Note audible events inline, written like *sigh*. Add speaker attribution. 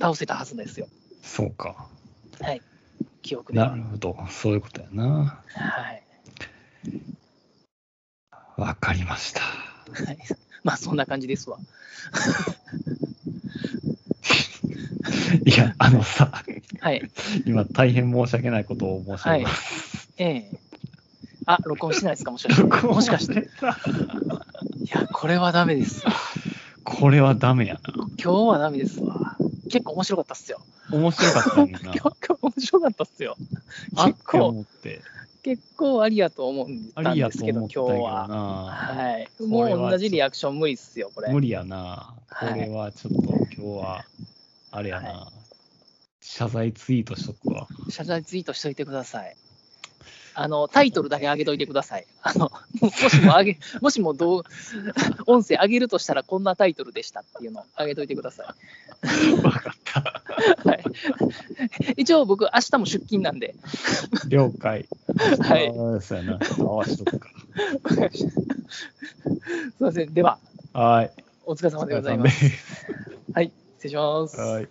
Speaker 1: 倒せたはずですよ。
Speaker 2: そうか。
Speaker 1: はい。記憶で。
Speaker 2: なるほど。そういうことやな。
Speaker 1: はい。 *laughs*
Speaker 2: わかりました。 *laughs*
Speaker 1: はい、まあ、そんな感じですわ。
Speaker 2: いや、あのさ、
Speaker 1: はい。
Speaker 2: 今大変申し訳ないことを申し上げます。
Speaker 1: ええあ、録音してないですかもしかして。
Speaker 2: *laughs* 録音
Speaker 1: もしかして。
Speaker 2: ねさ
Speaker 1: いや、これはダメですわ。
Speaker 2: これはダメやな。
Speaker 1: 今日はダメですわ。結構面白かったっすよ。
Speaker 2: 面白かったんや
Speaker 1: 今
Speaker 2: な
Speaker 1: 日。今日面白かったっすよ。
Speaker 2: *laughs* あっ
Speaker 1: 結
Speaker 2: て
Speaker 1: 構、
Speaker 2: 思って。
Speaker 1: 結構ありやと思うん
Speaker 2: ありや
Speaker 1: で
Speaker 2: と
Speaker 1: すけど、今
Speaker 2: 思った
Speaker 1: 日
Speaker 2: けど
Speaker 1: は。
Speaker 2: な。
Speaker 1: はい。
Speaker 2: これ
Speaker 1: も
Speaker 2: は
Speaker 1: う同じリアクション無理っすよ、これ。
Speaker 2: 無理やな。これはちょっと今日は、あれやな。謝罪ツイートしとくわ。 *laughs*
Speaker 1: 謝罪ツイートしといてください。あの、タイトルだけ上げといてください。あの、ももしも上げ、 *laughs* もしもどう、音声上げるとしたらこんなタイトルでしたっていうのを上げといてくださ
Speaker 2: わかった。
Speaker 1: い。はい。 *laughs* 一応僕、明日も出勤なんで、
Speaker 2: 了解。
Speaker 1: はい
Speaker 2: ああそうやな。ちょっと合わしとくか。
Speaker 1: *laughs* すいません。では、
Speaker 2: はい。
Speaker 1: お疲れ様
Speaker 2: お疲
Speaker 1: で
Speaker 2: れ
Speaker 1: ござい
Speaker 2: 様
Speaker 1: ま。
Speaker 2: ですす。
Speaker 1: はい。失礼します。
Speaker 2: はい。